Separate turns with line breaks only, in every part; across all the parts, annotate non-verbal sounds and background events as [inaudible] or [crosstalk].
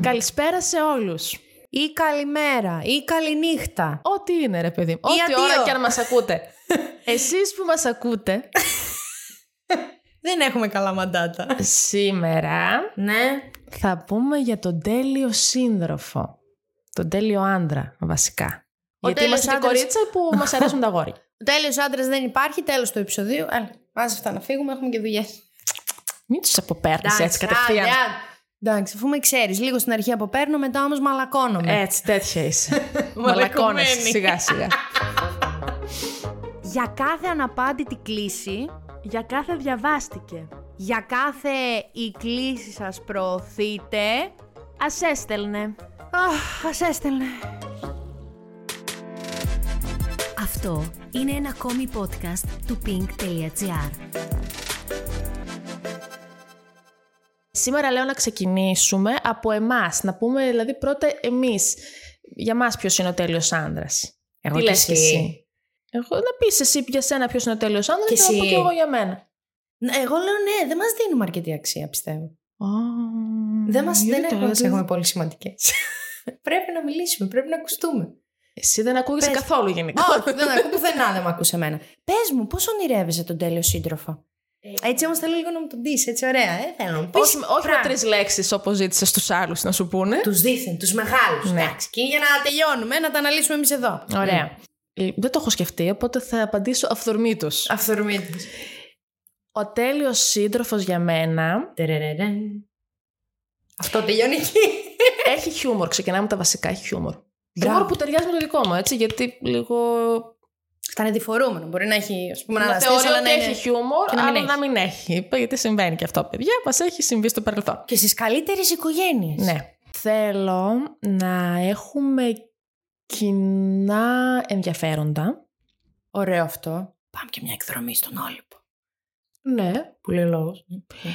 Καλησπέρα σε όλους.
Ή καλημέρα, ή καληνύχτα.
Ό,τι είναι, ρε παιδί μου. Ό,τι
αντίο.
ώρα και αν μας ακούτε. [laughs] Εσείς που μας ακούτε
Δεν έχουμε καλά μαντάτα.
σήμερα
ναι.
θα πούμε για τον τέλειο σύντροφο. Τον τέλειο άντρα, βασικά.
Ο
Γιατί
τέλειος
είμαστε την
άντρας-
κορίτσα που μας αρέσουν τα γόρια.
Τέλειος άντρας δεν υπάρχει, τέλος του επεισοδίου. Έλα, βάζε αυτά να φύγουμε, έχουμε και δουλειές.
[laughs] Μην τους αποπέρνει έτσι κατευθείαν.
Εντάξει, αφού με ξέρεις, λίγο στην αρχή αποπέρνω, μετά όμως μαλακώνομαι.
Έτσι, τέτοια [laughs] είσαι. Μαλακώνε
Μαλακωμένη.
σιγά [laughs] σιγά.
Για κάθε αναπάντητη κλίση,
Για κάθε διαβάστηκε.
για κάθε η κλίση σας προωθείτε.
Ας έστελνε.
Αχ, ας έστελνε.
Αυτό είναι ένα ακόμη podcast του pink.gr.
Σήμερα λέω να ξεκινήσουμε από εμάς, να πούμε δηλαδή πρώτα εμείς, για μας ποιος είναι ο τέλειος άντρας.
Εγώ
Τι
και
λες και
εσύ.
εσύ. Εγώ, να πεις εσύ για σένα ποιος είναι ο τέλειος άντρας
Και
και, να πω
εσύ.
και εγώ για μένα.
Εγώ λέω ναι, δεν μας δίνουμε αρκετή αξία, πιστεύω. Δεν, μας,
Γιατί
δεν
το
έχουμε,
λες,
τις έχουμε πολύ σημαντικές. [laughs] πρέπει να μιλήσουμε, πρέπει να ακουστούμε.
Εσύ δεν ακούγεσαι
Πες.
καθόλου γενικά.
Όχι, δεν ακούω πουθενά, δεν με ακούσε εμένα. Πες μου, πώς ονειρεύεσαι τον τέλειο σύντροφο. Έτσι όμως θέλω λίγο να μου τον πεις, έτσι ωραία, ε, θέλω να μου πεις
όχι, με- όχι με
πράγματα.
τρεις λέξεις όπως ζήτησες στους άλλους να σου πούνε.
Τους δίθεν, τους μεγάλους.
Ναι.
Εντάξει, και για να τελειώνουμε, να τα αναλύσουμε εμείς εδώ.
Ωραία. Ε, Δεν το έχω σκεφτεί, οπότε θα απαντήσω αυθορμήτως.
Αυθορμήτη.
Ο τέλειος σύντροφος για μένα
Αυτό τελειώνει εκεί.
έχει χιούμορ. Ξεκινάμε τα βασικά, έχει χιούμορ.
Μπράβο.
Χιούμορ που ταιριάζει με το δικό μου, έτσι, γιατί λίγο
Θα είναι διφορούμενο. Μπορεί να έχει, ας πούμε, να
Να
αναστήσει,
θεωρεί
αλλά
ότι
να
έχει
είναι.
χιούμορ,
και να μην
αλλά
έχει.
να μην έχει. Είπα, Γιατί συμβαίνει και αυτό, παιδιά. Μας έχει συμβεί στο παρελθόν.
Και στις καλύτερες οικογένειες.
Ναι. Θέλω να έχουμε κοινά ενδιαφέροντα.
Ωραίο αυτό. Πάμε και μια εκδρομή στον Όλυμπο.
Ναι.
Που λέει λόγο.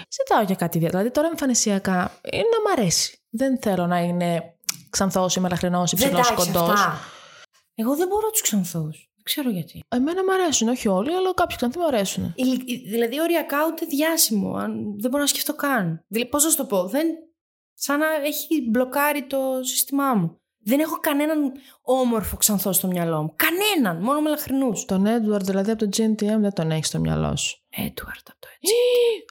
Ζητάω για κάτι ιδιαίτερο. Δηλαδή τώρα εμφανισιακά είναι να μ' αρέσει. Δεν θέλω να είναι ξανθός ή μελαχρινός ή
Δεν
ψηλός
τα έχεις
κοντός.
αυτά. Εγώ δεν μπορώ τους ξανθούς. Δεν ξέρω γιατί.
Εμένα μ' αρέσουν, όχι όλοι, αλλά κάποιοι ξανθοί μ' αρέσουν.
Ηλικ- Δηλαδή, οριακά ούτε διάσημο. Αν... Δεν μπορώ να σκεφτώ καν. Δηλαδή, πώς να σου το πω. Δεν... Σαν να έχει μπλοκάρει το σύστημά μου. Δεν έχω κανέναν όμορφο ξανθό στο μυαλό μου. Κανέναν. Μόνο μελαχρινούς.
Τον Έντουαρντ, δηλαδή από το GNTM, δεν τον έχεις στο μυαλό σου.
Έντουαρτ από το έτσι.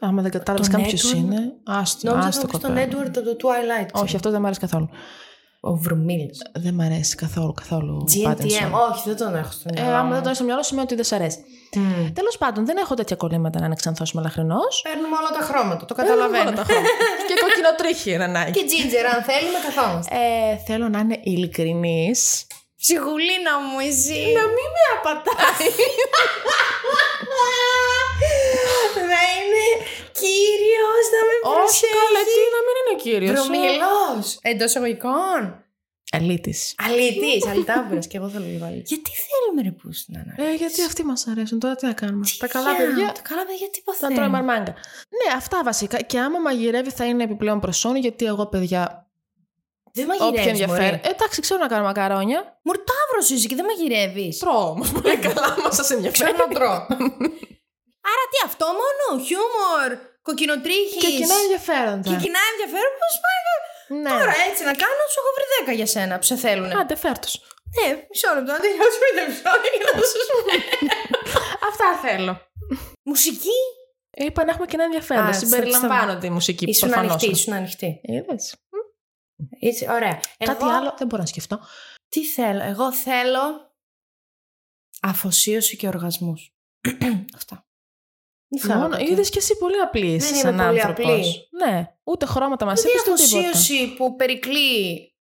Άμα δεν κατάλαβες
Τον
καν ποιο
Edward.
είναι. Άστο,
Νόμιζα
άστο
θα πει τον
κοπέλα.
Έντουαρτ από το Twilight. ξέρω.
Όχι, αυτό δεν μ' αρέσει καθόλου.
Ο Βρουμίλ.
Δεν μ' αρέσει καθόλου. καθόλου
GNTM.
Pattinson.
Όχι, δεν τον έχω στο
Ε,
μυαλό.
άμα
μου.
δεν το έχει στο μυαλό, σημαίνει ότι δεν σ' αρέσει.
Μμμ.
Τέλος πάντων, δεν έχω τέτοια κολλήματα να είναι ξανθό μελαχρινό.
Παίρνουμε όλα τα χρώματα. Το καταλαβαίνω.
Ε, [laughs] και κόκκινο τρίχει είναι ανάγκη.
Και Τζίντζερ, αν θέλουμε, καθόμαστε.
Ε, θέλω να είναι ειλικρινής.
Ψυχουλίνα μου, εσύ.
μην με απατάει.
Να είναι κύριο, να με
Όχι, καλά, τι να μην είναι ο κύριο.
Εντό εγωικών.
Ελίτη. [laughs]
Αλήτη, αλητάβουρα. Και εγώ θέλω λίγο αλήτη. Γιατί θέλουμε ρε που να είναι.
Ε, γιατί αυτοί μας αρέσουν. Τώρα τι να κάνουμε.
Τι
Τα καλά
γεια,
παιδιά.
Τα καλά παιδιά τι
Θα
παθαίνουν.
τρώει μαρμάγκα. Ναι, αυτά βασικά. Και άμα μαγειρεύει θα είναι επιπλέον προσόνη, γιατί εγώ, παιδιά,
Δεν
όποιο
μαγειρεύει.
ενδιαφέρει. Ε, Εντάξει, ξέρω να κάνω μακαρόνια. Ναι.
Μουρτάβρος είσαι και δεν μαγειρεύεις.
Τρώω όμως πολύ καλά, μα σας ενδιαφέρει.
Ξέρω να τρώω. Άρα τι αυτό μόνο, χιούμορ, κοκκινοτρίχης.
Και κοινά ενδιαφέροντα.
Και κοινά ενδιαφέρον πώς πάει.
Ναι.
Τώρα έτσι να κάνω, σου έχω βρει 10 για σένα που σε θέλουν.
Άντε, φέρτος.
[laughs] Ναι, μισό λεπτό, να τελειώσουμε το επεισόδιο και να σου
Αυτά θέλω.
Μουσική.
Ε, Είπα να έχουμε κοινά ενδιαφέροντα.
Α,
Συμπεριλαμβάνονται η μουσική
Ήσουν
προφανώς.
ανοιχτή, ήσουν ανοιχτή. Έτσι, ωραία.
Κάτι
Εγώ-
άλλο δεν μπορώ να σκεφτώ.
Τι θέλω, εγώ θέλω αφοσίωση και οργασμούς. [clears throat] Αυτά. Δεν θέλω
Μόνο,
κάτι.
είδες κι εσύ πολύ απλή εσύ
είμαι
σαν
πολύ
άνθρωπος.
απλή.
Ναι, ούτε χρώματα μας
Αυτή η
είπε ούτε τίποτα.
αφοσίωση που περικλεί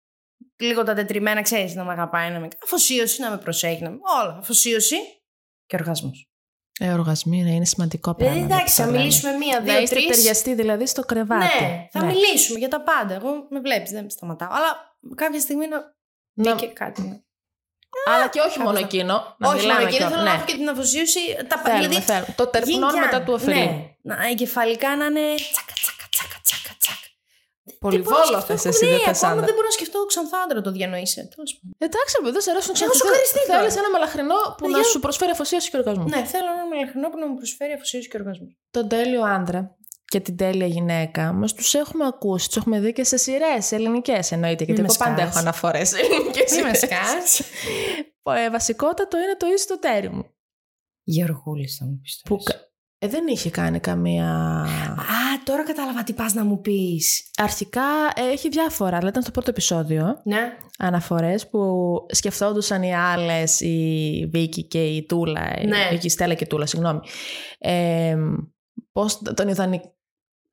λίγο τα τετριμένα, ξέρεις, να με αγαπάει, να με... Αφοσίωση, να με προσέχει, να με... Όλα, αφοσίωση και οργασμούς.
Ε, οργασμοί ναι, είναι σημαντικό πράγμα.
Δηλαδή, εντάξει,
να
θα
το λέμε.
μιλήσουμε μία,
Να
δύο,
είστε
τρεις.
ταιριαστοί δηλαδή στο κρεβάτι.
Ναι, θα μιλήσουμε για τα πάντα. Εγώ με βλέπεις, δεν σταματάω. Αλλά κάποια στιγμή να
Να-
πει και κάτι. ναι.
Αλλά και όχι
θα
μόνο
πω.
εκείνο. Να
Όχι,
μιλάμε
μόνο εκείνο
και-
θέλω
ναι.
να έχω και την αφοσίωση. Τα...
Θέλουμε,
δηλαδή,
θέλουμε. Το
Yin
τερπνόν
yang.
μετά του ωφελεί.
Ναι. Να, εγκεφαλικά να είναι τσακα, τσακα, τσακα, τσακα, τσακα. Δεν μπορώ να
Πολυβόλο
σκεφτώ.
θε εσύ,
ναι,
δεν θες
ακόμα
άντρα.
δεν μπορώ να σκεφτώ ξανθάντρα, το διανοείσαι. Τέλος πάντων.
Εντάξει, ρε παιδί, Ε, δεν σε αρέσουν
Εγώ
ξανά.
σοκαριστήκα.
Θέλεις ένα μελαχρινό που
Ναι,
να
για-
σου προσφέρει αφοσίωση και οργασμό.
Ναι, θέλω ένα μελαχρινό που να μου προσφέρει αφοσίωση και οργασμό.
Τον τέλειο άντρα και την τέλεια γυναίκα μας, τους έχουμε ακούσει, τους έχουμε δει και σε σειρές ελληνικές εννοείται. Γιατί
με
εγώ πάντα
σκάς.
έχω αναφορέ ελληνικές
Μη [laughs] με
σειρές.
σκάς.
Ε, Βασικότατο είναι το ίσο το τέρι μου.
Γεωργούλης θα μου πεις
Που...
τώρα.
κα- Ε, δεν είχε κάνει καμία.
Α, τώρα κατάλαβα τι πας να μου πεις.
Αρχικά ε, έχει διάφορα, αλλά ήταν στο πρώτο επεισόδιο.
Ναι.
Αναφορές που σκεφτόντουσαν οι άλλες, η Βίκη και η Τούλα, η-
Ναι.
η Στέλλα και η Τούλα, συγγνώμη, ε, πώς τον ιδανι-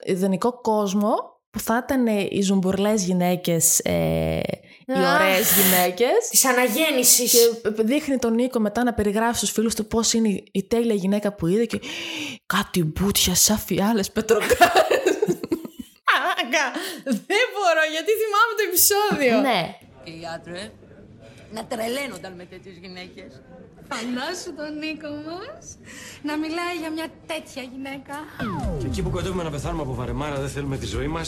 ιδανικό κόσμο που θα ήταν οι ζουμπουρλές γυναίκες, ε, οι ωραίες γυναίκες.
Της αναγέννησης.
Και δείχνει τον Νίκο μετά να περιγράφει στους φίλους του πώς είναι η- η τέλεια γυναίκα που είδε και κάτι μπούτια σαν φιάλες πετροκά.
Δεν μπορώ, γιατί θυμάμαι το επεισόδιο.
ναι.
Κύριε άντρες, να τρελαίνονταν με τέτοιες γυναίκες.
Φαντάσου τον Νίκο μας να μιλάει για μια τέτοια γυναίκα.
Και εκεί που κοντεύουμε να πεθάνουμε από βαρεμάρα, δεν θέλουμε τη ζωή μας.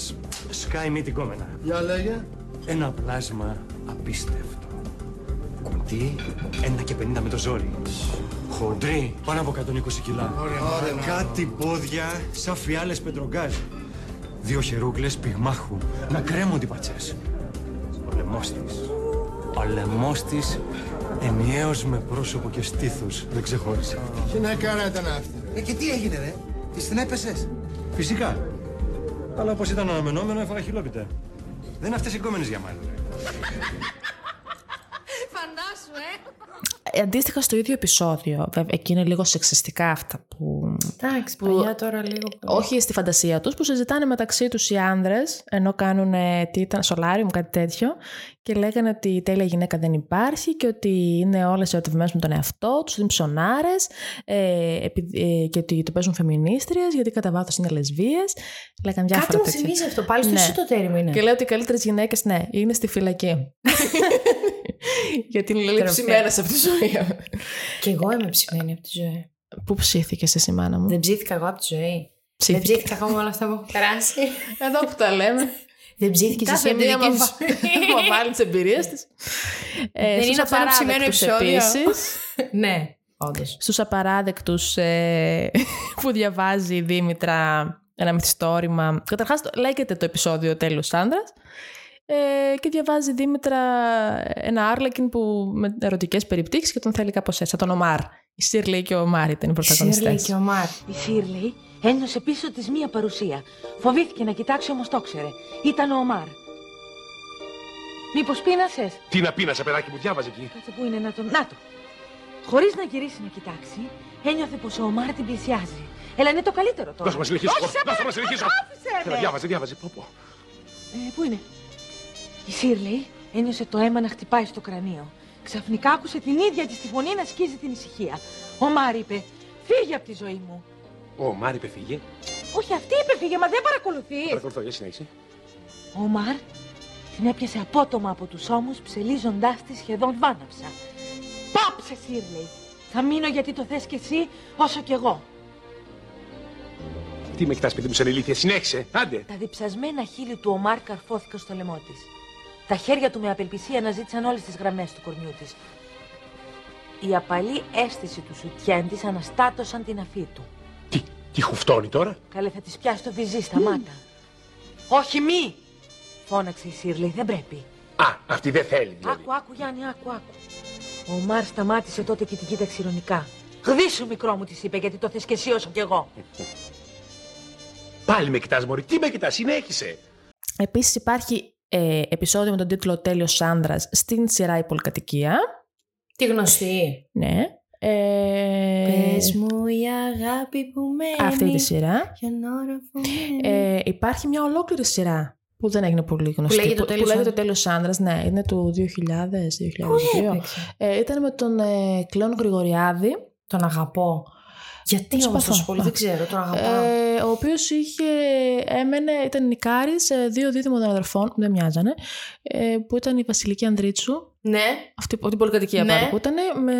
Σκάει μύτη κόμενα. Για λέγε. Ένα πλάσμα απίστευτο. Κουτί, ένα και 50 με το ζόρι. Χοντρή, πάνω από 120 κιλά. Κάτι πόδια σαν φιάλες πετρογκάζ. Δύο χερούκλες πυγμάχου να κρέμονται οι πατσέ. Ο λαιμό τη. Ο λαιμό τη ενιαίος με πρόσωπο και στήθο. Δεν ξεχώρισε.
Γυναίκα ήταν αυτή.
Ε, και τι έγινε, ρε. Τη την έπεσες.
Φυσικά. Αλλά όπως ήταν αναμενόμενο, έφαγα χιλόπιτα. Δεν είναι αυτές οι κόμενες για μάλλον.
Φαντάσου, ε!
Αντίστοιχα στο ίδιο επεισόδιο, βέβαια, εκεί είναι λίγο σεξιστικά αυτά που.
Εντάξει,
Που-
παλιά τώρα λίγο.
Όχι στη φαντασία τους, που συζητάνε μεταξύ τους οι άνδρες, ενώ κάνουν ε, τι ήταν, σολάριουμ, κάτι τέτοιο, και λέγανε ότι η τέλεια γυναίκα δεν υπάρχει και ότι είναι όλες ερωτευμένες με τον εαυτό τους, είναι ψωνάρες, ε, επει- ε, και ότι το παίζουν φεμινίστριες, γιατί κατά βάθος είναι λεσβείε. Λέγανε διάφορα
Κάτι μου
τέτοια.
θυμίζει αυτό. Πάλι στο
Ναι.
εσύ το τέριμο είναι.
Και λέω ότι οι καλύτερες γυναίκες, ναι, είναι στη φυλακή. [laughs] γιατί είναι λίγο
Τροπή.
ψημένε αυτή τη ζωή.
Και εγώ είμαι ψημένη από τη ζωή.
Πού ψήθηκε εσύ, μάνα μου.
Δεν ψήθηκα εγώ από τη ζωή. Δεν
Ψήθηκες.
ψήθηκα ακόμα όλα αυτά που έχω περάσει.
Εδώ που τα λέμε.
Δεν ψήθηκες
Κάθε
εσύ από τη
μία
δική
μας
σου. [laughs]
[laughs] βάλει τις εμπειρίες της.
Δεν είναι αυτό ένα ψημένο επεισόδιο.
Ε, Επίσης,
Ναι, όντως.
στους απαράδεκτους ε, [laughs] που διαβάζει η Δήμητρα ένα μυθιστόρημα. Καταρχάς το- λέγεται το επεισόδιο τέλος άνδρας. Ε, και διαβάζει η Δήμητρα ένα άρλεκιν που με ερωτικές περιπτύξεις και τον θέλει κάπως έτσι, σαν τον Ομάρ. Η Σίρλεϊ και ο Ομάρ ήταν οι πρωταγωνιστές.
και ο Μάρ.
Η Σίρλεϊ ένιωσε πίσω της μία παρουσία. Φοβήθηκε να κοιτάξει όμως το ξέρε. Ήταν ο Ομάρ. Μήπως πείνασες.
Τι να πίνασε, παιδάκι μου, διάβαζε εκεί.
Κάτσε που είναι να τον... Να το. Χωρίς να γυρίσει να κοιτάξει, ένιωθε πως ο Ομάρ την πλησιάζει. Έλα είναι το καλύτερο τώρα.
Δώσε μα συνεχίσω.
Όχι, σε
Δώσε μα συνεχίσω.
άφησε
Έλα,
με.
διάβαζε, διάβαζε. Πω, πω.
Ε, πού είναι. Η Σίρλεϊ ένιωσε το αίμα να χτυπάει στο κρανίο. Ξαφνικά άκουσε την ίδια της τη φωνή να σκίζει την ησυχία. Ο Μάρ είπε, φύγε από τη ζωή μου.
Ο Μάρι πεφύγε.
Όχι, αυτή είπε φύγε, μα δεν παρακολουθείς.
Παρακολουθώ, για συνέχισε.
Ο Μαρ την έπιασε απότομα από τους ώμους, ψελίζοντάς τη σχεδόν βάναυσα. Πάψε, Σίρλεϊ. Θα μείνω γιατί το θες κι εσύ, όσο κι εγώ.
Τι με κοιτάς, παιδί μου, σαν ηλίθεια. Συνέχισε. Άντε.
Τα διψασμένα χείλη του Ομάρ καρφώθηκαν στο λαιμό της. Τα χέρια του με απελπισία αναζήτησαν όλες τις γραμμές του κορμιού της. Η απαλή αίσθηση του σουτιέν της αναστάτωσαν την αφή του.
Τι, τι χουφτώνει τώρα.
Καλέ, θα τη πιάσει το βυζί, σταμάτα. Όχι, μη! Φώναξε η Σίρλεϊ, δεν πρέπει.
Α, αυτή δεν θέλει, δηλαδή.
Άκου, άκου, Γιάννη, άκου, άκου. Ο Μάρ σταμάτησε τότε και την κοίταξε ηρωνικά. Γδίσου, μικρό μου, της είπε, γιατί το θες και εσύ όσο κι εγώ.
Πάλι με κοιτάς, Μωρή. Τι με κοιτάς, συνέχισε.
Επίσης υπάρχει ε, επεισόδιο με τον τίτλο «Τέλειος άνδρας» στην σειρά «Η Πολυκατοικία».
Τη γνωστή.
Ναι. Ε,
Πες μου η αγάπη που μένει.
αυτή τη σειρά.
Ποιον όροφο μένει.
Ε, υπάρχει μια ολόκληρη σειρά που δεν έγινε πολύ γνωστή.
λέγεται το τέλος
λέγεται το
άνδρας.
τέλος άνδρας, ναι. Είναι του 2000-2002.
Έπαιξε.
Ε, ήταν με τον ε, Κλέον Γρηγοριάδη,
Τον αγαπώ. Γιατί
Προσπαθώ.
όμω τόσο πολύ, δεν ξέρω, τον αγαπάω.
ε, ο οποίος είχε, έμενε, ήταν νικάρης ε, δύο δίδυμων αδερφών, δεν μοιάζανε, ε, που ήταν η Βασιλική Ανδρίτσου,
ναι.
αυτή από την πολυκατοικία
Ναι.
ναι. που ήταν, με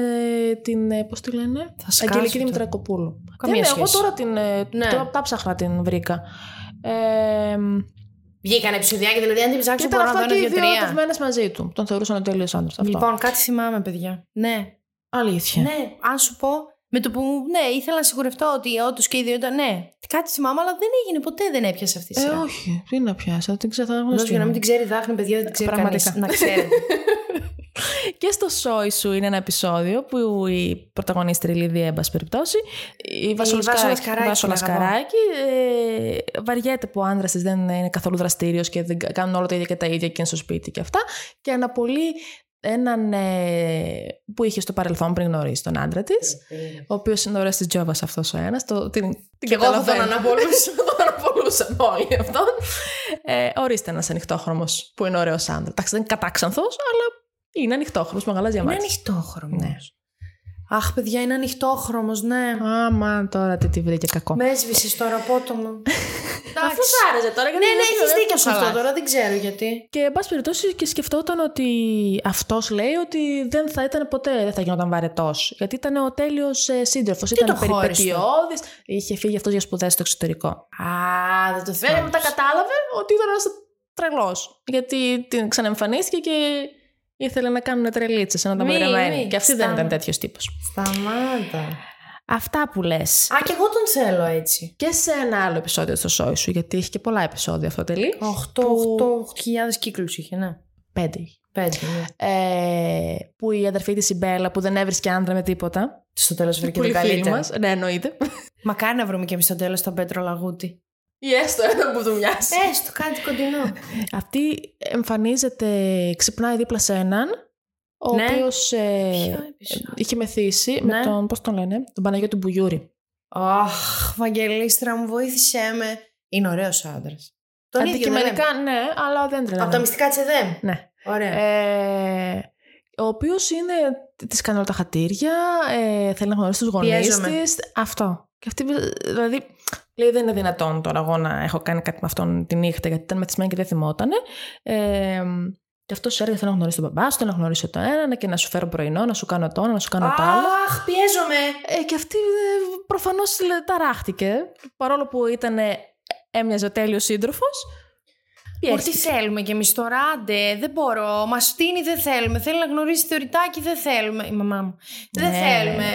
την, ε, πώς τη λένε,
Θα σκάσω
Αγγελική
τώρα.
Δημητρακοπούλου.
Καμία
δεν,
σχέση.
Εγώ τώρα την, ε,
Ναι.
τώρα τα ψάχνα την βρήκα. Ε,
Βγήκαν επεισοδιάκια, δηλαδή αν την
Και
ψάξω
ήταν
μπορώ να
αυτά
δω
και οι
ένα
δύο
δύο-τρία.
ερωτευμένε μαζί του. Τον θεωρούσαν ο τέλειο άντρα. Αυτό.
Λοιπόν, κάτι θυμάμαι, παιδιά. Ναι.
αλήθεια.
Ναι. Αν σου πω, Με το που, ναι, ήθελα να σιγουρευτώ ότι όντως και οι δύο ήταν. Ναι, κάτι θυμάμαι, αλλά δεν έγινε ποτέ, δεν έπιασε αυτή η
Ε,
σειρά.
όχι. Τι να πιάσω, την
Δώσ'
ξεθαγνωστή.
για να μην την ξέρει η Δάφνη, παιδιά, δεν την ξέρει
Πραγματικά.
κανείς. Να
[laughs]
ξέρετε.
Και στο σόι σου είναι ένα επεισόδιο που η πρωταγωνίστρια η Λίδια, εν πάση περιπτώσει, η Βασόλα
Βάσο
Σκαράκη,
Λασκαράκη,
Βάσο
την αγαπώ.
Λασκαράκη, ε, βαριέται που ο άντρας της δεν είναι καθόλου δραστήριος και δεν κάνουν όλα τα ίδια και τα ίδια και είναι στο σπίτι και αυτά. Και αναπολύει έναν ε, που είχε στο παρελθόν πριν γνωρίσει τον άντρα της, ο οποίος είναι ωραίος της Τζόβας αυτός ο ένας. Την, την
Ε, Και εγώ θα τον
καταλαβαίνω. Θα [laughs] τον αναπολούσαν όλοι αυτόν. Ε, ορίστε ένας ανοιχτόχρωμος που είναι ωραίος άντρα. Εντάξει, δεν είναι κατάξανθος, αλλά είναι ανοιχτόχρωμος με γαλάζια
είναι
μάτια.
ανοιχτόχρωμος.
Ναι.
Αχ, παιδιά, είναι ανοιχτόχρωμος, ναι.
Άμα τώρα τι τη βρήκε κακό.
Με έσβησε τώρα,
[laughs]
απότομο. Εντάξει.
Αφού σ' άρεσε τώρα, γιατί
Ναι, ναι,
δεν
έχει
το
δίκιο σε αυτό
καλά.
τώρα, δεν ξέρω γιατί.
Και εν πάση περιπτώσει και σκεφτόταν ότι αυτός λέει ότι δεν θα ήταν ποτέ, δεν θα γινόταν βαρετός. Γιατί ήταν ο τέλειος σύντροφο. Ήταν
το χώρισε.
περιπετειώδης. Είχε φύγει αυτός για σπουδές στο εξωτερικό.
Α, δεν το
Βέβαια
θυμάμαι.
μετά κατάλαβε ότι ήταν ένας τρελός. Γιατί την ξαναεμφανίστηκε και ήθελε να κάνουν τρελίτσες, να τα
Μη,
μοιραζεμένοι.
μη,
Και αυτή δεν
στάμα.
ήταν τέτοιος τύπος.
Σταμάτα.
Αυτά που λες.
Α, και εγώ τον θέλω ε. έτσι.
Και σε ένα άλλο επεισόδιο στο σόι σου, γιατί είχε και πολλά επεισόδια αυτό τελεί.
8, 8.000 κύκλους είχε, ναι.
Πέντε. είχε.
Πέντε. ναι.
Ε, που η αδερφή της η Μπέλα, που δεν έβρισκε άντρα με τίποτα.
Στο τέλος βρήκε
Πολύ
τον
φίλη
καλύτερο.
μας. Ναι,
[laughs]
εννοείται.
Μακάρι να βρούμε και εμείς στο τέλος τον Πέτρο Λαγούτη.
Ή έστω ένα που του μοιάζει. Ε,
Έστω κάτι κοντινό.
Αυτή εμφανίζεται, ξυπνάει δίπλα σε έναν, ο
Ναι.
οποίος ε, είχε μεθύσει με
Ναι.
τον, πώς τον λένε, τον Παναγιώτη Μπουγιούρη.
Αχ, Βαγγελίστρα μου, βοήθησέ με. Είναι ωραίος άντρας. Τον ίδιο τον λέμε.
Αντικειμενικά, ναι, αλλά δεν τρελαίνω.
Από τα μυστικά τη ΕΔΕΜ.
Ναι.
Ωραία.
Ε, ο οποίος είναι. Τη κάνει όλα τα χατήρια, ε, θέλει να γνωρίσει τους γονείς
Πιέζομαι.
της. Αυτό. Και αυτή, δηλαδή, λέει δεν είναι δυνατόν τώρα εγώ να έχω κάνει κάτι με αυτόν τη νύχτα, γιατί ήταν μεθυσμένη και δεν θυμότανε. Ε, και αυτό σου έλεγε: Θέλω να γνωρίσω τον μπαμπά σου, θέλω να γνωρίσω το έναν και να σου φέρω πρωινό, να σου κάνω το ένα, να σου κάνω το άλλο.
Αχ, πιέζομαι.
Ε, και αυτή προφανώ ταράχτηκε. Παρόλο που ήταν έμοιαζε ο τέλειος σύντροφος.
Ω, τι θέλουμε κι εμείς τώρα, άντε, δεν μπορώ. Μας στείνει, δεν θέλουμε. Θέλει να γνωρίσει θεωρητάκι, δεν θέλουμε. Η μαμά μου. Δεν
Ναι.
θέλουμε.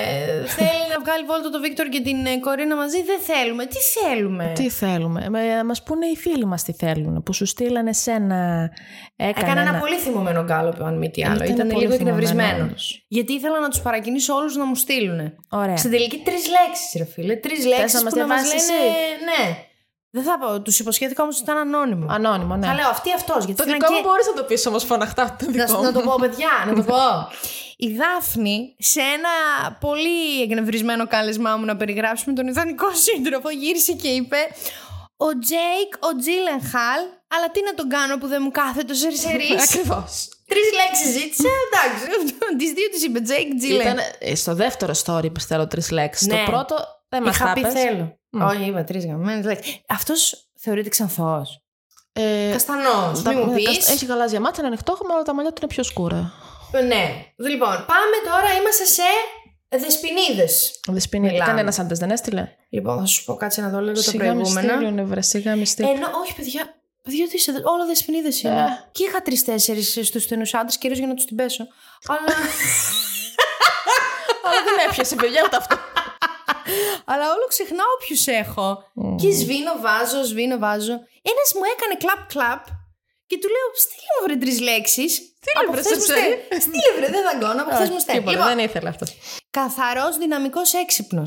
Θέλει να βγάλει βόλτα το Βίκτορ και την ε, Κορίνα μαζί, δεν θέλουμε. Τι θέλουμε.
Τι θέλουμε. Μα μας πούνε οι φίλοι μας τι θέλουν, που σου στείλανε σένα. Έκανε,
Έκανα ένα πολύ θυμωμένο γκάλωπ, αν μη τι άλλο.
Ήταν
Ήταν
πολύ
λίγο
θυμωμένο, ναι.
εκνευρισμένος.
όντως.
Γιατί ήθελα να τους παρακινήσω όλους να μου στείλουν.
Ωραία.
Στην τελική τρεις λέξεις, ρε φίλε. Τρεις λέξει
να μας
που να μας λένε.
διαβάσεις εσύ?
Ναι. Δεν θα πω. Τους υποσχέθηκα όμως ότι ήταν ανώνυμο.
Ανώνυμο, ναι.
Θα λέω αυτή αυτός. Γιατί
Το
θέλει να
δικό μου
και-
μπορείς να το πεις όμως φωναχτά. Το
Να,
δικό
σου-
μου.
να το πω, παιδιά, να το πω. Η Δάφνη, σε ένα πολύ εκνευρισμένο κάλεσμά μου να περιγράψουμε τον ιδανικό σύντροφο, γύρισε και είπε «Ο Τζέικ, ο Τζίλενχαλ, αλλά τι να τον κάνω που δεν μου κάθεται ο [laughs] Σερσερίς».
Ακριβώς.
Τρεις λέξεις ζήτησε, εντάξει. [laughs] Τις δύο της είπε «Τζέικ,
Ήταν
Τζίλενχαλ».
ε, στο δεύτερο story είπες θέλω τρεις λέξεις.
Ναι.
Το πρώτο δεν μας τα
Είχα πει
είπες.
θέλω.
Μμ.
Όχι, είπα τρεις γαμμένες λέξεις. Αυτός θεωρείται ξανθός.
Ε,
Καστανός,
τα-
μη μου
ε,
πεις.
κασ- Έχει γαλάζια μάτια, είναι ανοιχτόχρωμα, αλλά τα μαλλιά του είναι πιο σκούρα.
Ναι. Λοιπόν, πάμε τώρα, είμαστε σε δεσποινίδες.
Δεσποινή,
Μιλάμε.
κανένα άντρας δεν έστειλε.
Λοιπόν, θα σου πω κάτσε να δω λίγο τα
Σιγά
προηγούμενα.
μυστήριο, νευρε, σιγά μυστήριο.
Ενώ, όχι, παιδιά. Παιδιά, τι είσαι, όλα δεσποινίδες είναι.
Ε.
Και είχα τρει-τέσσερι στους στενούς άντρες, κυρίως για να τους την πέσω. Αλλά.
[laughs] Αλλά δεν έπιασε, παιδιά, ούτε αυτό.
Αλλά όλο ξεχνάω ποιους έχω. Και σβήνω, βάζω, σβήνω, βάζω. Ένας μου έκανε κλαπ-κλαπ και του λέω: Στείλε μου βρε τρεις λέξεις. Στείλε
βρε, σε ψέρι.
Στείλε βρε, δεν δαγκώνω, από χθες μου στέλνει.
Τίποτα,
Λοιπόν,
δεν ήθελα αυτό.
καθαρός, δυναμικός, έξυπνος.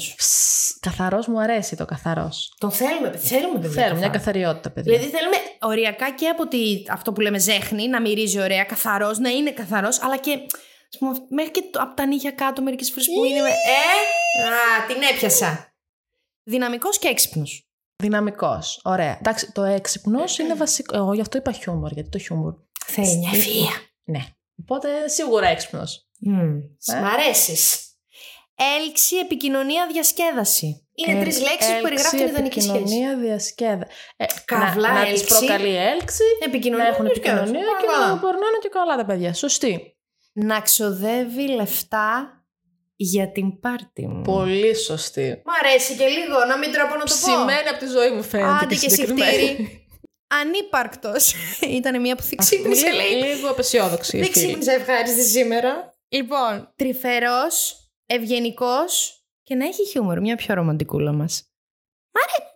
Καθαρό μου αρέσει το καθαρός.
Τον θέλουμε, παιδιά, θέλουμε, παιδιά.
Θέλω μια
καθαρό.
καθαριότητα, παιδιά.
Δηλαδή θέλουμε οριακά και από τη, αυτό που λέμε ζέχνη, να μυρίζει ωραία, καθαρός, να είναι καθαρός, αλλά και ας πούμε, μέχρι και από τα νύχια κάτω μερικές φορές που είναι. με- Ε! Α, την έπιασα. Δυναμικός και έξυπνος.
Δυναμικός. Ωραία. Εντάξει, το έξυπνος είναι βασικό. Εγώ γι' αυτό είπα χιούμορ, γιατί το χιούμορ.
Θέλει μια ευφυα.
Ναι. Οπότε σίγουρα έξυπνος.
Μ' αρέσεις. Ε. Έλξη, επικοινωνία, διασκέδαση. Είναι τρεις λέξεις που περιγράφουν την ιδανική σχέση.
Ε, Επικοινωνία, διασκέδα. Ε,
Καύλα,
να, να
έλξη.
τις προκαλεί έλξη.
Επικοινωνία,
Να έχουν
διασκέδαση.
επικοινωνία και
Πάρα
να
καλά.
μπορεί να είναι και καλά τα παιδιά. Σωστή.
Να ξοδεύει λεφτά για την πάρτι μου.
Πολύ σωστή.
Μ' αρέσει και λίγο, να μην τραπώ να το πω.
Ψημένη από τη ζωή μου φαίνεται.
Άντε και
συγκεκριμένη. [laughs]
[laughs] συχτήρι. Ανύπαρκτος. [laughs] Ήταν μια που θυ- ξύπνησε,
Λίγο,
λέει.
λίγο απεσιόδοξη. η
Δεν
φίλη.
ξύπνησε ευχάριστη σήμερα. Λοιπόν, τρυφερός, ευγενικός και να έχει χιούμορ, μια πιο ρομαντικούλα μας. Μάρε!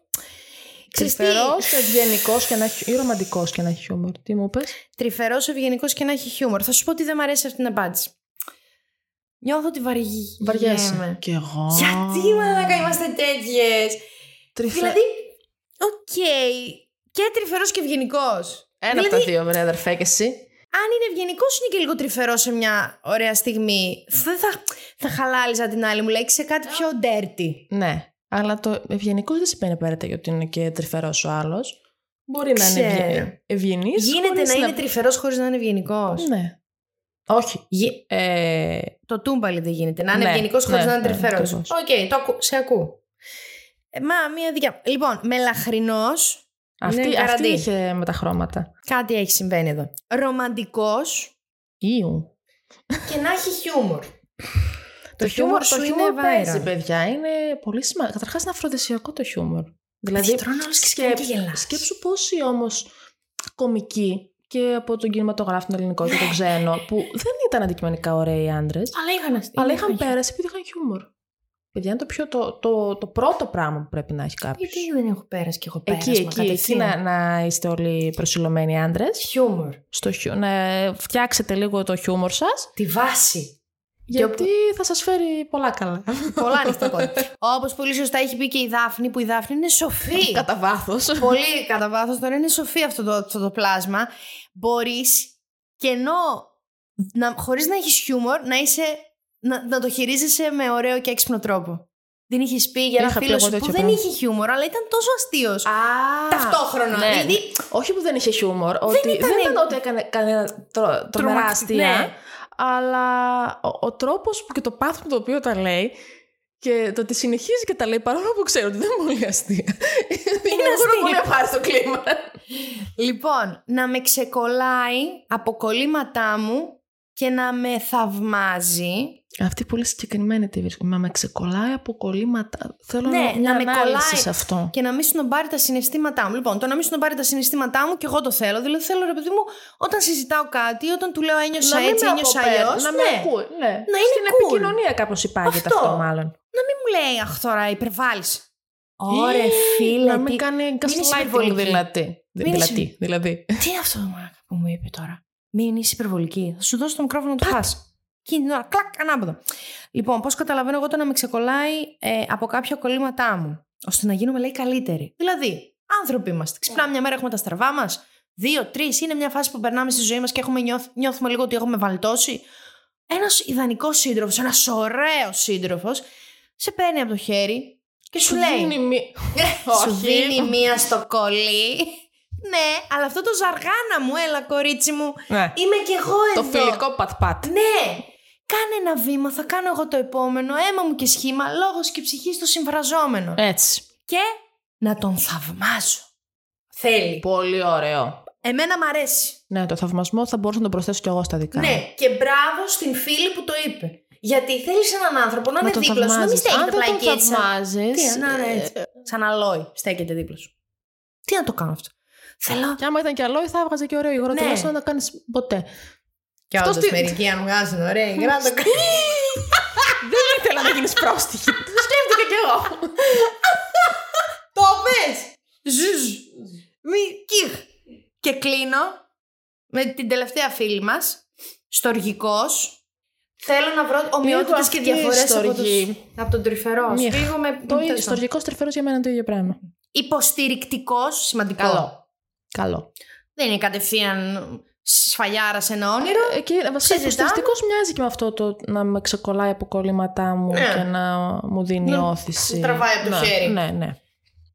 Ξυφερό, ευγενικός και να έχει. ή ρομαντικός και να έχει χιούμορ. Τι μου πες?
Τρυφερός, ευγενικός και να έχει χιούμορ. Θα σου πω ότι δεν μου αρέσει αυτή την απάντηση. Νιώθω ότι βαριέμαι. ναι.
Βαριέσαι. Κι εγώ.
Γιατί μαλάκα είμαστε τέτοιες.
Τρυφε-
Δηλαδή, οκ. Και τρυφερός και Δηλαδή, ευγενικός.
Ένα από τα δύο, βρε αδερφέ και εσύ.
Αν είναι ευγενικός, είναι και λίγο τρυφερός σε μια ωραία στιγμή. Δεν θα, θα χαλάλιζα την άλλη μου λέξη σε κάτι πιο dirty.
Ναι. Αλλά το ευγενικός δεν σημαίνει απαραίτητα ότι είναι και τρυφερός ο άλλος. Μπορεί να
Ξέρω.
είναι ευγενής.
Γίνεται να είναι τρυφερός χωρίς να είναι ευγενικός.
Ναι. Όχι.
Γι-
Ε,
Το τούμπαλι δεν γίνεται. Να είναι
Ναι,
ευγενικός χωρίς
ναι,
να είναι
ναι,
τρυφερός. Οκ,
ακριβώς.
το ακού, σε ακούω. Ε, μα, μία δικιά. Λοιπόν, μελαχρινός.
αυτή, αυτή
καραντί.
είχε με τα χρώματα.
Κάτι έχει συμβαίνει εδώ. Ρομαντικός
Ιου.
και να έχει χιούμορ.
Το χιούμορ,
σου
το
είναι
χιούμορ παίζει,
viral.
παιδιά. Είναι πολύ σημαντικό. Καταρχάς, είναι αφροδισιακό το χιούμορ. Δηλαδή,
Δηλαδή, τρώνε όλες και σκέφτομαι και γελάς.
σκέψου πόσοι όμως κομικοί και από τον κινηματογράφο τον ελληνικό
[laughs]
και τον ξένο, που δεν ήταν αντικειμενικά ωραίοι άντρες,
Αλλά είχαν
αλλά είχαν πέρασει επειδή είχαν χιούμορ. Παιδιά, είναι το, πιο, το, το, το πρώτο πράγμα που πρέπει να έχει κάποιο.
Γιατί δεν έχω πέρας και έχω πέρασμα
Εκεί, εκεί, εκεί ναι.
κατευθείαν.
να, να είστε όλοι προσιλωμένοι άντρες.
Χιούμορ.
Στο χιου, να φτιάξετε λίγο το χιούμορ σας,
Τη βάση.
γιατί θα σας φέρει πολλά καλά.
Πολλά
[laughs]
ανοιχτά κόντα. Όπως πολύ σωστά έχει πει και η Δάφνη, που η Δάφνη είναι σοφή.
Κατά βάθος.
πολύ κατά βάθος τώρα είναι σοφή αυτό το, αυτό το πλάσμα. Μπορείς και ενώ να, χωρίς να έχεις χιούμορ να, είσαι, να, να το χειρίζεσαι με ωραίο και έξυπνο τρόπο. Δεν είχες πει για ένα
Είχα πει
φίλο
εγώ
σου που
τέτοιο
δεν
πράγμα.
είχε χιούμορ, αλλά ήταν τόσο αστείος. Ταυτόχρονα.
ναι.
Δηλαδή,
Όχι που δεν είχε χιούμορ, ότι δεν
ήταν-
ήταν, ότι έκανε κανένα τρο, τρομερά
Τρομακτικό,
αστεία,
ναι.
αλλά ο, ο τρόπος που και το πάθος με το οποίο τα λέει και το ότι συνεχίζει και τα λέει παρόλο που ξέρω ότι δεν είναι πολύ αστεία. [laughs] Είναι
αστεία.
πολύ ευχάριστο κλίμα.
Λοιπόν, να με ξεκολλάει από κολλήματά μου και να με θαυμάζει.
Αυτή πολύ συγκεκριμένη τη βρίσκω. Μα με ξεκολλάει από κολλήματα. Θέλω
Ναι,
μια
να με
ανάλυση
κολλάει.
σε αυτό.
Και να μην συνομπάρει τα συναισθήματά μου. Λοιπόν, το να μην συνομπάρει τα συναισθήματά μου και εγώ το θέλω. Δηλαδή, θέλω ρε παιδί μου, όταν συζητάω κάτι, όταν του λέω ένιωσα έτσι,
με
ένιωσα
αποπέρ-
αλλιώς.
να
Ναι.
με ακούει. Ναι.
Να είναι
Στην
cool.
επικοινωνία κάπως υπάγεται
Αυτό.
αυτό, μάλλον.
Να μην μου λέει, Αχ, τώρα υπερβάλλεις.
Ή,
Ωραία, φίλε.
Να μην
τι...
κάνει
είσαι
gaslighting
υπερβολική.
δηλαδή.
Μην είσαι-
Δηλαδή, δηλαδή.
τι είναι αυτό το μάκα που μου είπε τώρα. Μην είσαι υπερβολική. Θα σου δώσω το μικρόφωνο να το χάσει. Εκείνη την ώρα, κλακ, ανάποδα. Λοιπόν, πώς καταλαβαίνω εγώ το να με ξεκολλάει ε, από κάποια κολλήματά μου, ώστε να γίνομαι λέει καλύτερη. Δηλαδή, άνθρωποι είμαστε. Ξυπνάμε μια μέρα, έχουμε τα στραβά μας. Δύο, τρεις, είναι μια φάση που περνάμε στη ζωή μας και έχουμε νιώθ, νιώθουμε λίγο ότι έχουμε βαλτώσει. Ένας ιδανικός σύντροφος, ένας ωραίος σύντροφος, σε παίρνει από το χέρι και σου λέει.
δίνει μη-
Σου
Όχι.
δίνει μία στο κολλή. Ναι, αλλά αυτό το ζαργάνα μου, έλα κορίτσι μου.
Ναι.
Είμαι κι εγώ εδώ.
Το φιλικό πατ-πατ.
Ναι. Κάνε ένα βήμα, θα κάνω εγώ το επόμενο. Αίμα μου και σχήμα, λόγος και ψυχή στο συμφραζόμενο.
Έτσι.
Και να τον θαυμάζω. Θέλει.
Πολύ ωραίο.
Εμένα μ' αρέσει.
Ναι, το θαυμασμό θα μπορούσα να τον προσθέσω κι εγώ στα δικά. μου.
Ναι, και μπράβο στην φίλη που το είπε. Γιατί θέλεις έναν άνθρωπο να
Να
είναι
τον
δίπλα σου, να μην
θαυμάζεις.
στέκεται
Αν
απλά
δεν
εκεί
τον
έτσι. σαν-
θαυμάζεις...
Τι, να είναι
ε,
έτσι. Σαν αλόι, στέκεται δίπλα σου. Τι να το κάνω αυτό. Θέλω.
Κι άμα ήταν κι άλλο, θα έβγαζε και ωραίο υγρό.
Ναι.
Τουλάχιστον να το κάνεις
[laughs]
ποτέ.
Και
Αυτός
όντως
στη-
μερικοί αν βγάζουν ωραία υγρά το [laughs] κάνουν.
Δεν ήθελα να γίνεις πρόστιχη. Το σκέφτηκα κι εγώ.
Το πες! Ζουζ! Μη κιχ! Και κλείνω με την τελευταία φίλη μας, στοργικός. Θέλω να βρω ομοιότητες και
αυτή
διαφορές
η
από,
στοργή.
τους, από τον τρυφερός.
Μία.
Λίγο με
Το
τέλος
ίδιο.
πάντων.
Στοργικός τρυφερός για μένα είναι το ίδιο πράγμα.
Υποστηρικτικός, σημαντικό.
Καλό. Καλό.
Δεν είναι κατευθείαν σφαλιάρα σε ένα όνειρο.
Ε, Και βασικά
Συζητάμε.
υποστηριστικό μοιάζει και με αυτό το να με ξεκολλάει από κολλήματά μου
Ναι.
και να μου δίνει
Να
όθηση.
σε τραβάει από το
Ναι,
χέρι.
Ναι, ναι.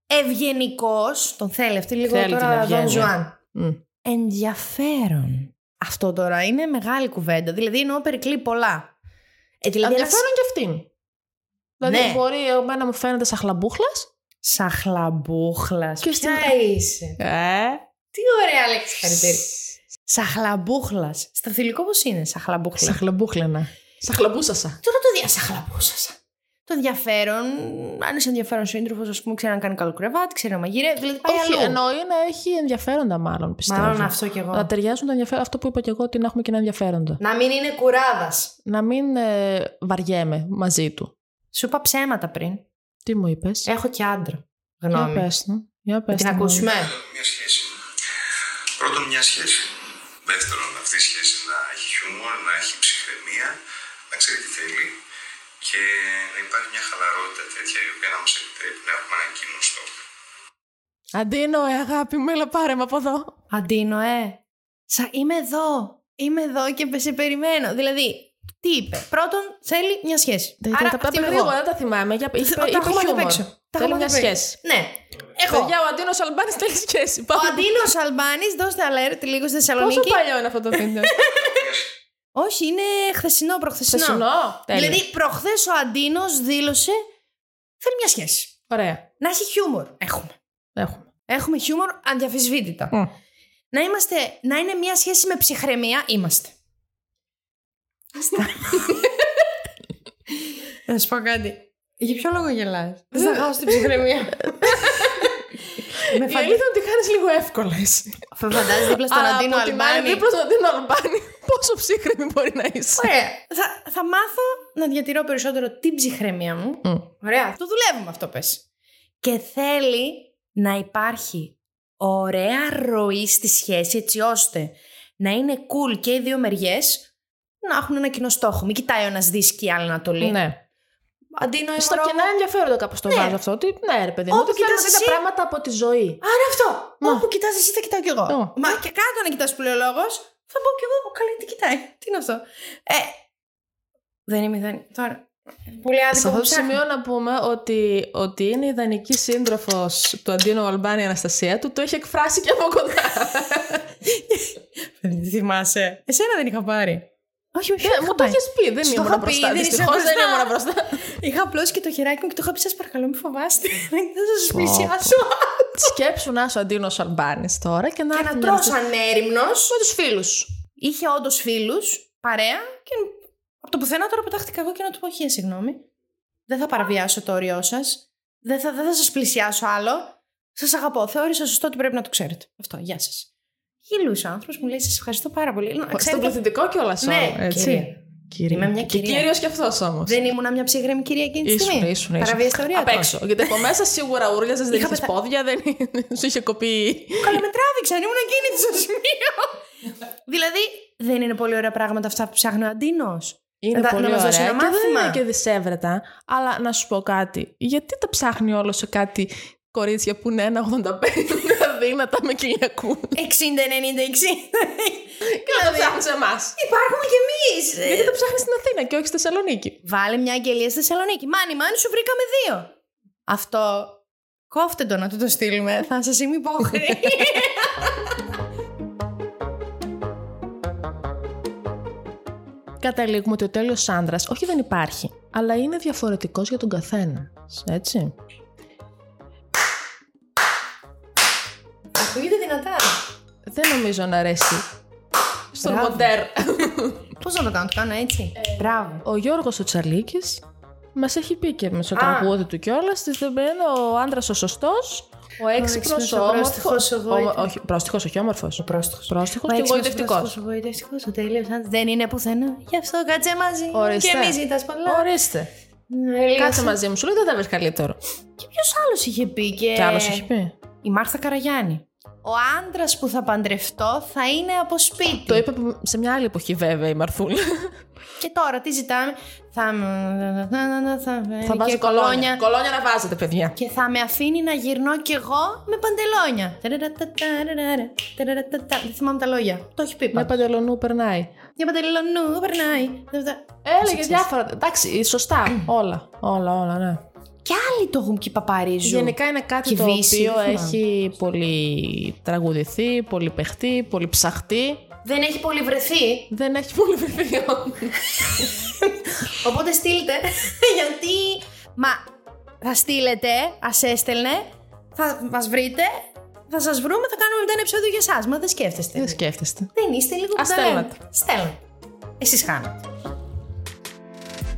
Ευγενικός, τον θέλει αυτή λίγο
Θέλει την
τώρα Δον
ευγένεια.
Ζουάν.
Μμ.
ενδιαφέρον. Αυτό τώρα είναι μεγάλη κουβέντα. Δηλαδή εννοώ περικλεί πολλά. Ε, δηλαδή ένας
Ενδιαφέρον και αυτήν. Δηλαδή
Ναι.
μπορεί εμένα μου φαίνεται σαν χλαμπούχλας.
σαχλαμπούχλας.
Και
Ποια είσαι.
Ε.
Τι ωραία λέξη χαρακτήρι. Σαχλαμπούχλας. Στα φιλικό πώς είναι σαχλαμπούχλα.
Σαν χλαμπούχλαινα. Σαν χλαμπούσασα.
Τώρα το διασαχλαμπούσασα. Το ενδιαφέρον, αν είσαι ενδιαφέρον σύντροφος, ας πούμε, ξέρει να κάνει καλό κρεβάτι, ξέρει να μαγειρεύει. Δηλαδή πάει
Όχι,
αλλού.
εννοεί να έχει ενδιαφέροντα μάλλον πιστεύω.
Μάλλον αυτό κι εγώ.
Να ταιριάζουν τα ενδιαφέροντα. Αυτό που είπα και εγώ, ότι να έχουμε και ένα ενδιαφέροντα.
Να μην είναι κουράδας.
Να μην ε, βαριέμαι μαζί του.
Σου είπα ψέματα πριν.
Τι μου είπες.
Έχω και άντρα.
για
Γνώμη.
πες το. Για
Να
πες
την
το,
ακούσουμε.
μια σχέση. Πρώτον, μια σχέση. Δεύτερον, αυτή η σχέση να έχει χιούμορ, να έχει ψυχραιμία, να ξέρει τι θέλει και να υπάρχει μια χαλαρότητα τέτοια η οποία να μας επιτρέπει να έχουμε έναν κοινό στόχο.
Αντίνο, ε, αγάπη μου, έλα πάρε με από εδώ.
Αντίνο, ε. Σα, είμαι εδώ. Είμαι εδώ και σε περιμένω. Δηλαδή, τι είπε. Πρώτον, θέλει μια σχέση. Άρα,
τα
αυτή
πάμε
είμαι
γρήγορα,
εγώ.
δεν τα θυμάμαι. Για, είπε,
Τα
είπε
έχουμε
χιούμορ.
απ' έξω. Τα
Θέλει
έχουμε
μια
απ' έξω.
σχέση.
Ναι. Έχω.
Παιδιά, ο Αντίνος Αλμπάνης θέλει σχέση.
Ο
Πάμε.
Αντίνος Αλμπάνης, δώστε alert λίγο στη
Πόσο
Θεσσαλονίκη.
παλιό είναι αυτό το βίντεο.
Όχι, είναι χθεσινό, προχθεσινό.
Θεσσινό. Τέλεια.
Δηλαδή, προχθές ο Αντίνος δήλωσε θέλει μια σχέση.
Ωραία.
Να έχει χιούμορ. Έχουμε.
Έχουμε.
Έχουμε χιούμορ αδιαφυσβήτητα.
Μμ.
Να, είμαστε, να είναι μια σχέση με ψυχραιμία, είμαστε. Να σου πω κάτι. Για ποιο λόγο γελάς. Δεν θα χάσω την ψυχραιμία. Με
Η αλήθεια είναι ότι χάνεις λίγο εύκολες.
φαντάζεσαι δίπλα στον Αντίνο Αλμπάνη.
Δίπλα στον Αντίνο Αλμπάνη, πόσο ψύχρεμη μπορεί να είσαι.
Ωραία. Θα, θα μάθω να διατηρώ περισσότερο την ψυχραιμία μου.
Μμ.
Ωραία. Το δουλεύουμε αυτό, πες. Και θέλει να υπάρχει ωραία ροή στη σχέση, έτσι ώστε να είναι cool και οι δύο μεριές να έχουν ένα κοινό στόχο. Μην κοιτάει ο ένας δίσκη η άλλη Ανατολή.
Ναι.
Αντί να
Στο
είμαι
κενά
Ρώμη.
ενδιαφέροντα κάπως το
Ναι.
βάζω αυτό. Ότι Ε, ναι, ρε παιδί μου,
Όπου
ότι φέρνω
κοιτάς
τέτοια
εσύ-
πράγματα από τη ζωή.
Άρα αυτό.
Μα.
Όπου κοιτάς εσύ, θα κοιτάω κι εγώ.
Ω.
Μα και κάτω να κοιτάς που λέει ο λόγος, θα πω κι εγώ. Ο καλή τι κοιτάει. Τι είναι αυτό. Ε, δεν είμαι ιδανή. Τώρα. Πολύ
Σε
άδικο
αυτό
που
το
ψάχνω.
σημείο να πούμε ότι, ότι είναι η ιδανική σύντροφος του Αντίνο Αλμπάνη η Αναστασία του, το έχει εκφράσει και από κοντά.
Δεν τη θυμάσαι. Εσένα δεν είχα πάρει. Όχι, όχι.
Ε, Μου το έχει πει, δεν
Στο
ήμουν
είχα πει,
μπροστά.
δεν είσαι
Δυστυχώ δεν
μπροστά. [laughs]
ήμουν μπροστά.
Είχα απλώσει και το χεράκι μου και το είχα πει: Σας παρακαλώ, μην [laughs] φοβάστε. Δεν θα
Πω,
σα
πω.
πλησιάσω.
Σκέψου να είσαι ο Αντίνο Αλμπάνης τώρα και να
Και να
έρθει
τρώ
μια-
ανέρημνο. Με τους φίλους. Είχε όντως φίλους, παρέα. Και από το πουθενά τώρα πετάχτηκα εγώ και να του πω: Χε, συγγνώμη. Δεν θα παραβιάσω το όριό σας. Δεν θα, δεν θα σας πλησιάσω άλλο. Σας αγαπώ. Θεώρησα σωστό ότι πρέπει να το ξέρετε. Αυτό. Γεια σας. Γελούσε ο άνθρωπος, μου λέει: Σας ευχαριστώ πάρα πολύ. Να
Στον
ξέρετε-
πληθυντικό κιόλας
Ναι,
έτσι.
κυρία.
Κυρία.
Είμαι μια
Και
κυρία.
κύριος κι αυτός όμως.
Δεν ήμουνα μια ψύχρεμη κυρία εκείνη τη
Ήσουν,
στιγμή.
ήσουν, ήσουν.
Παραβίασε τα ωριά
Απ'
του.
έξω. Γιατί από μέσα σίγουρα ούρλιαζες, δεν
Είχα
είχες
πεθα-
πόδια, δεν σου είχε κοπεί.
Καλά, με τράβηξαν, ήμουν εκείνη της στο σημείο. δηλαδή, δεν είναι πολύ ωραία πράγματα αυτά που ψάχνει ο Αντίνο.
Είναι
Να-
πολύ
να μας
ωραία
δώσει ένα
και δεν
μάθημα.
είναι και δυσέβρετα. Αλλά να σου πω κάτι. Γιατί τα ψάχνει όλο σε κάτι κορίτσια που είναι 1,85 αδύνατα με κοιλιακού.
60-90-60.
και να τα ψάχνει σε εμά.
Δηλαδή, Υπάρχουμε κι εμείς.
Γιατί τα ψάχνεις στην Αθήνα και όχι στη Θεσσαλονίκη.
Βάλε μια αγγελία στη Θεσσαλονίκη. Μάνι, μάνι, σου βρήκαμε δύο. Αυτό. Κόφτε το να του το στείλουμε. Θα σας είμαι υπόχρεη.
Καταλήγουμε ότι ο τέλειος άντρα, όχι δεν υπάρχει, αλλά είναι διαφορετικός για τον καθένα. Έτσι.
Ακούγεται δυνατά.
Δεν νομίζω να αρέσει στον
Μπράβο.
μοντέρ.
Πώς να το κάνω, το κάνω έτσι.
Ε,
Μπράβο.
Ο Γιώργος ο Τσαλίκης μας έχει πει και με στο
Α.
τραγούδι του κιόλας. Στη είναι ο άντρας ο σωστός, ο έξυπνος,
έξυπνος,
ο
ο
όμορφος.
πρόστιχος, ο γοήτευτος.
Όχι, πρόστιχος, όχι όμορφος. Ο πρόστιχος. Πρόστιχος και γοητευτικός.
Ο γοητευτικό, ο τέλειο. Δεν είναι πουθενά. Γι' αυτό κάτσε μαζί. μου
Ορίστε.
Και μη ζητάς πολλά.
Ορίστε.
Ναι, λίγο
Κάτσε
σαν-
μαζί μου, σου λέει δεν θα βρει καλύτερο.
Και ποιος άλλος είχε πει και.
Κι άλλος έχει πει.
Η Μάρθα Καραγιάννη. Ο άντρας που θα παντρευτώ θα είναι από σπίτι.
Το είπε σε μια άλλη εποχή βέβαια η Μαρθούλα.
Και τώρα τι ζητάμε. Θα, θα, θα,
θα βάζει
και
Ε, κολόνια. Κολόνια να βάζετε, παιδιά.
Και θα με αφήνει να γυρνώ κι εγώ με παντελόνια. Ταραραταταραραρα, ταραρατατα. Δεν θυμάμαι τα λόγια. Το έχει πει
Με
πάντα.
παντελονού περνάει.
Για παντελόνου, περνάει.
Ε, Έλεγε διάφορα. Εντάξει, σωστά. όλα. Όλα, όλα, ναι.
Και άλλοι το έχουν και παπαρίζουν.
Γενικά είναι κάτι
Και
το
Βύση,
οποίο
δεν θυμάμαι.
έχει πολύ τραγουδηθεί, πολύ παιχτεί, πολύ ψαχτεί.
Δεν έχει πολύ βρεθεί.
Δεν έχει πολύ βιβλίο.
Οπότε στείλτε. Γιατί. Μα θα στείλετε, ας έστελνε, θα μας βρείτε, θα σας βρούμε, θα κάνουμε μετά ένα επεισόδιο για εσάς. Μα δεν σκέφτεστε.
Δεν σκέφτεστε.
Δεν είστε λίγο
Ας
που τα λέμε.
στέλνατε.
Στέλνατε. Εσεί χάνατε.